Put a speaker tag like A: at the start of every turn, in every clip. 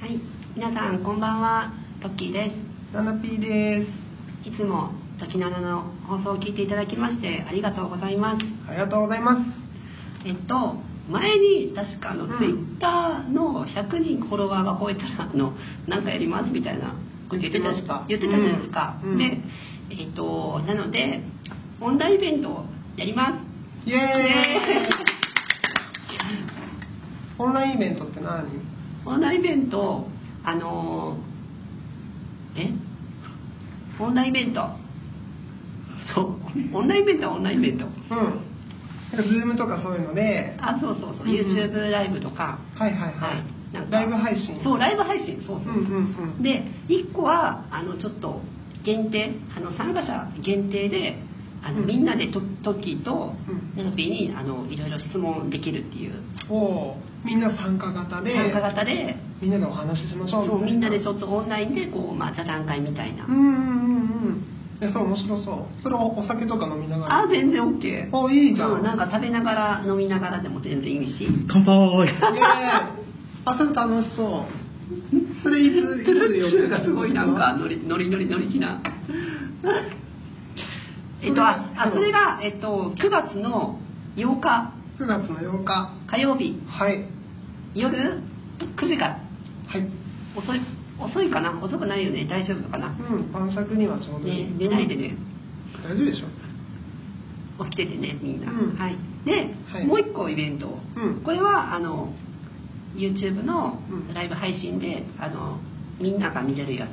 A: はい、皆さんこんばんは、トッキーで
B: ナナピーです。
A: す。いつもトキナナの放送を聞いていただきましてありがとうございます。
B: ありがとうございます。
A: えっと前に確かあの、
B: うん
A: ツイッターの100人フォロワーが超えたらあのなんかやりますみたいなこと言ってた
B: 言ってました
A: 言ってたじゃないですか。
B: うんうん
A: で、えっとなのでオンラインイベントをやります。
B: イエーイ
A: イエ
B: オンラインイベントって何
A: オンラインイベントあのーえオンラインイベントそうオンラインイベントはオンラインイベント
B: うん。なんかズームとかそういうので、
A: あそうそうそう、
B: うんうん
A: YouTube ライブとか
B: はいはい
A: は
B: は。
A: いいなんか
B: ライブ配信。
A: そうライブ配信そう
B: う
A: そ
B: ん
A: う、
B: うんうん。
A: で1個はあのちょっと限定あの参加者限定であの、
B: うん
A: みんなでトトッキーと
B: うん
A: ナナピーにあのいろいろ質問できるっていう
B: おーみんな参加型で、
A: 参加型で、
B: みんなでお話ししましょう
A: そうみんなでち
B: ょっ
A: ょっとオンラインでこう、まあ、座談会みたいな、
B: うんうんうんうん。いや、そう面白そう。それをお酒とか飲みながら。
A: あ全然 OK
B: おいいじゃ
A: そうなん
B: ん。
A: か食べながら飲みながらでも全然いいし
C: 乾杯
B: イエーイあ、それ楽しそう。それいつ、いつ
A: ツルッツル
B: 予
A: が
B: 定
A: すごいなんかノリノリノリノリ気 なえっとああそれが、えっと、9月の8日
B: 9月の8日
A: 火曜日
B: はい
A: 夜9時から
B: はい
A: 遅い遅いかな遅くないよね大丈夫かな、
B: うん晩酌にはちょうどい
A: ね
B: い、、
A: 寝ないでね
B: 大丈夫でしょ
A: 起きててねみんな、
B: うん
A: はいで、
B: はい
A: もう一個イベントを
B: うん
A: これはあの YouTube の
B: うん
A: ライブ配信で、あのみんなが見れるやつ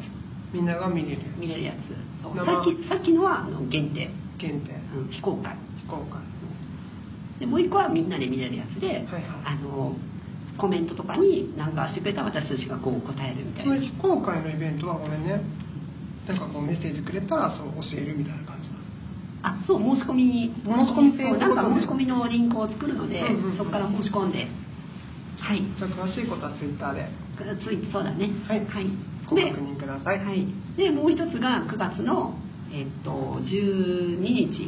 B: みんなが見れる
A: 見れるやつそう
B: 生
A: さっきさっきのはあの限定、
B: 限定
A: うん非公開
B: 非公開
A: でもう一個はみんなで見れるやつで、
B: はいは
A: あのコメントとかに何かしてくれたら私たちがこう答えるみたい
B: その
A: な
B: 非公開のイベントはごめんねなんかこうメッセージくれたらそう教えるみたいな感じだ
A: あそう申し込みに
B: 申し込み制
A: そうなんか
B: ということで
A: 申し込みのリンクを作るので、
B: うんうんうん
A: そこから申し込んではい
B: じゃあ詳しいことはツイッターで
A: ついそうだね
B: はい
A: はい、
B: ご
A: で
B: 確認ください
A: は
B: はい
A: い、でもう一つが9月の、えっと12日じ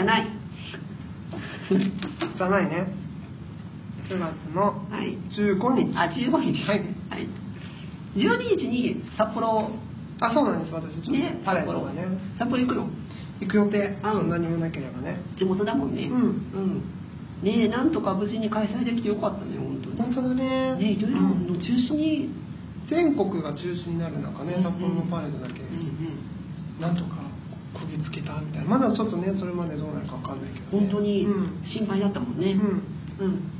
A: ゃない、
B: じゃないね9月の
A: はい、
B: 15日
A: あ15日
B: はい、
A: はい、12日に札幌
B: あそうなんです私ちょ
A: ね
B: っとタレ
A: 札
B: ント
A: 幌
B: がね
A: 札幌行くの
B: 行く予定そんなにもなければね
A: 地元だもんね
B: うん
A: うんねえなんとか無事に開催できてよかったね本当
B: 本当だね
A: にねいろいろ
B: うん
A: の中止に、
B: 全国が中止になる中ね
A: うん
B: 札幌のパレードだけ、
A: うんうん
B: なんとかこぎつけたみたいなまだちょっとねそれまでどうなるかわかんないけど、ね、
A: 本当に
B: うん、
A: 心配だったもん
B: う
A: ね
B: ん、
A: うん、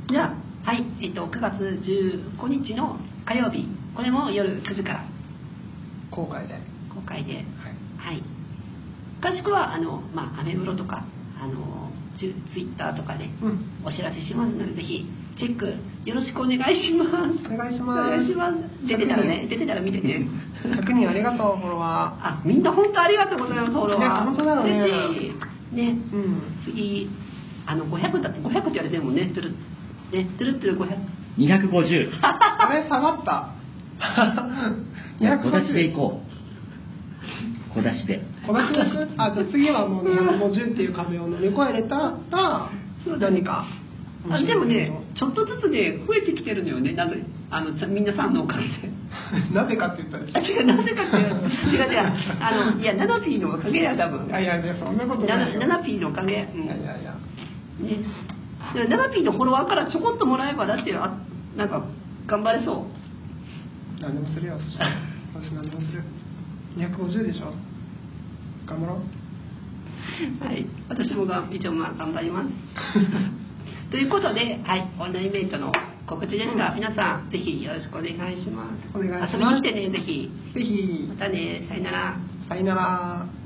A: じゃあはいえっと9月15日の火曜日これも夜9時から
B: 後悔で、はい、
A: 公開ではい詳しくはあのまあアメブロとかあのツツイッターとかで
B: うん
A: お知らせしますのでぜひチェックよろしくお願いします
B: お願いし
A: お
B: ます
A: 願いします出てたらね出てたら見てね
B: 100人ありがとうフォロワ
A: あみんな本当ありがとうございますフォロワー
B: ね本当だよね
A: 嬉しいね
B: ーうん
A: 次あの500だって500って言われてるもんねトゥルねトゥルトゥル500
C: 250
B: あれ下がった
C: いや小出しで行こう小出しで
B: 小出しで行くあじゃあ次はもう250っていう壁を乗り越えれたら
A: そうだね
B: 何か
A: あでもねちょっとずつね増えてきてるのよねなぜあのさみんなさんのおかげで。
B: なぜかって言ったでし
A: あ
B: ょ
A: 違うなぜかっていう違う違うあのいやナナピーのおかげや多分
B: いやいやいやそんなこと
A: ナ
B: ないよ
A: ナピーのおかげ、うん
B: いやいやいや
A: ね、ナナピーのフォロワーからちょこっともらえば出してあなんか頑張れそう
B: 何でもするよそしたら私何でもする250でしょ頑張ろう
A: はい、私もが一応まあ頑張り ます。ということで、はい、オンラインイベントの告知でした。
B: うん
A: 皆さん、ぜひよろしくお願いします。
B: お願いします
A: 遊びに来てね、ぜひ。
B: ぜひ
A: またね、さよなら。
B: さよなら